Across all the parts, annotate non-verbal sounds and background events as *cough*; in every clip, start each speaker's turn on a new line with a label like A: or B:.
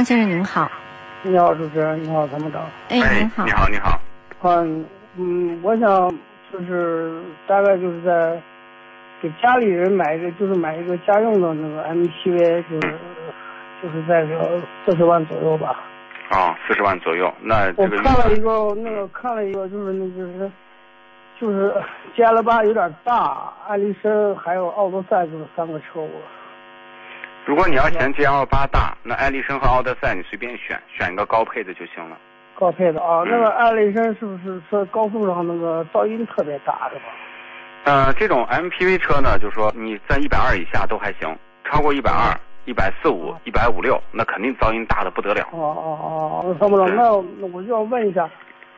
A: 张先生您好，
B: 你好，主持人，你好，参谋长。
A: 哎，您好
C: 你，好，你好，
B: 嗯嗯，我想就是大概就是在给家里人买一个，就是买一个家用的那个 MPV，就是就是在个四十万左右吧。
C: 啊，四十万左右，那
B: 我
C: 这个
B: 看了一个那个看了一个就是那就是就是加勒巴有点大，艾力绅还有奥德赛就是三个车我。
C: 如果你要嫌 G L 八大，那艾力绅和奥德赛你随便选，选一个高配的就行了。
B: 高配的啊，
C: 嗯
B: 那个艾力绅是不是说高速上那个噪音特别大是吧？
C: 呃，这种 M P V 车呢，就是说你在一百二以下都还行，超过一百二、一百四五、一百五六，那肯定噪音大的不得了。
B: 哦哦哦，参谋长，那我就要问一下，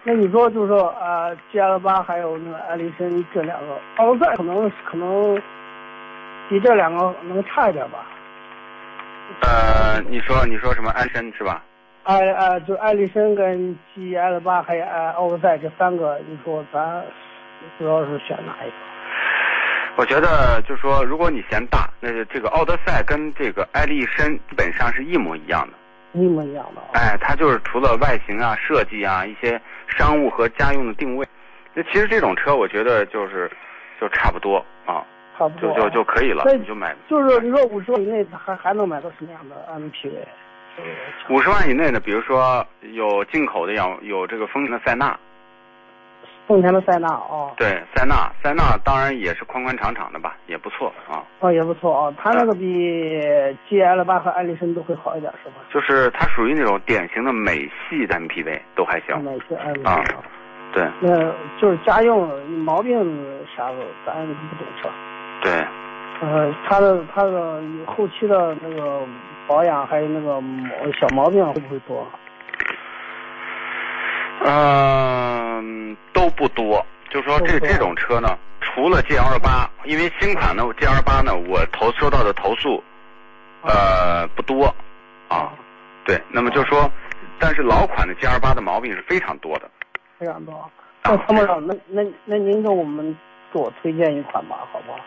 B: 那你说就是说呃，G L 八还有那个艾力绅这两个，奥德赛可能可能比这两个能差一点吧？
C: 呃，你说你说什么安身是吧？
B: 艾呃，就艾力绅跟 G L 八还有呃奥德赛这三个，你说咱主要是选哪一个？
C: 我觉得就是说，如果你嫌大，那就这个奥德赛跟这个艾力绅基本上是一模一样的。
B: 一模一样的啊？
C: 哎，它就是除了外形啊、设计啊、一些商务和家用的定位，那其实这种车我觉得就是就差不多啊，
B: 差不多
C: 就
B: 啊。
C: 就就可以了
B: 那，
C: 你就买。
B: 就是你说五十万以内还还能买到什么样的 MPV？
C: 五十万以内的，比如说有进口的，有有这个丰田的塞纳，
B: 丰田的塞纳啊，
C: 对，塞纳，塞纳当然也是宽宽敞敞的吧，也不错啊。
B: 哦也不错啊，它那个比 GL 八和艾力绅都会好一点是吧？
C: 就是它属于那种典型的美系的 MPV，都还行。
B: 买些艾力
C: 啊
B: 绅啊，
C: 对
B: 那就是家用毛病啥的咱不懂是吧？
C: 对，
B: 呃，它的它的后期的那个保养还有那个毛小毛病会不会多？啊
C: 嗯、都不多。就说
B: 都不
C: 这
B: 多
C: 这种车呢，除了 GL 八，因为新款的 GL 八呢，我投收到的投诉，
B: 哦
C: 呃，不多啊。对，那么就说，但是老款的 GL 八的毛病是非常多的。
B: 非常多。啊那参谋长，那那那您给我们给我推荐一款吧，好不好？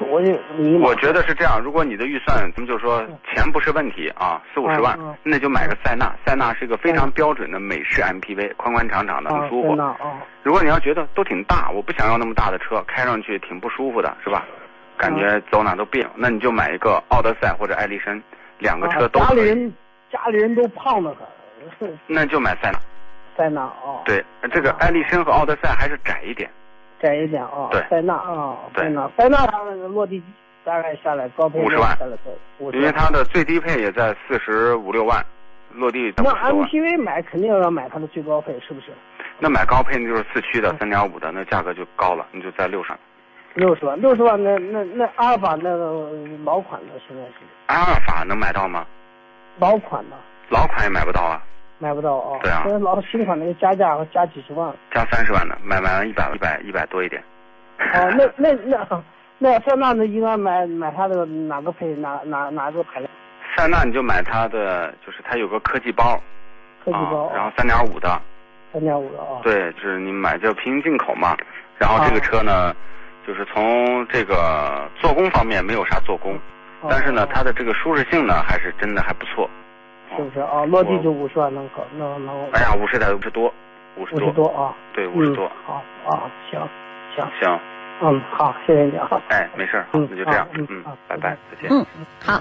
B: 我我就迷茫
C: 我觉得是这样，如果你的预算，咱们就说钱不是问题啊，四五十万
B: 嗯嗯，嗯
C: 那就买个塞纳。塞纳是一个非常标准的美式 MPV，宽宽敞敞的，很
B: 啊，
C: 舒
B: 真的
C: 服。
B: 啊。
C: 如果你要觉得都挺大，我不想要那么大的
B: 嗯
C: 车，开上去挺不舒服的，是吧？感觉走哪都别扭，那你就买一个奥德赛或者艾力绅，两个车都
B: 啊、家
C: 可
B: 里
C: 以，
B: 人家里人都胖的很，
C: 那就买塞纳。
B: 塞纳啊，，
C: 对，这个艾力绅和奥德赛还是窄一点，
B: 窄一点啊，
C: 对
B: 塞纳啊，
C: 对
B: 塞纳，塞纳它那个落地大概下来高配
C: 50万
B: 下来多五十，
C: 因为它的最低配也在四十五六万，落地在五
B: 那
C: 十多万。
B: MPV 买肯定要买它的最高配，是不是？
C: 那买高配那就是四驱的
B: 嗯
C: 三点五的，那价格就高了，你就在六上。
B: 六十万，六十万那那那阿尔法那个老款的现在是
C: 阿尔法能买到吗？
B: 老款的
C: 老款也买不到啊，
B: 买不到啊，
C: 对啊
B: 现在老新款那个加价加几十
C: *laughs*
B: 万，
C: 加三十万的，买买完一百一百一百多一点。
B: 哦，那那那那塞纳那应该买买它的哪个配哪哪哪个排量？
C: 塞纳你就买它的，就是它有个科技包，
B: 科技包
C: 啊，然后
B: 啊，
C: 三点五的，
B: 三点五的啊，
C: 对，就是你买这平行进口嘛。然后这个车呢，就是从这个做工方面没有啥做工，
B: 哦
C: 但是呢，
B: 哦
C: 它的这个舒适性呢还是真的还不错。
B: 是不是啊？落地
C: 我
B: 就五十万能搞，能能
C: 哎呀，五十台五十多，五十
B: 五十多
C: 多，
B: 啊，
C: 对，五十
B: 嗯
C: 多。
B: 好啊，行行，
C: 行，
B: 嗯，好，谢谢你啊。
C: 哎，没事儿，好
B: 嗯
C: 那就这样
B: 好嗯，
C: 嗯
B: 好，
C: 拜拜，再见。
A: 嗯，好。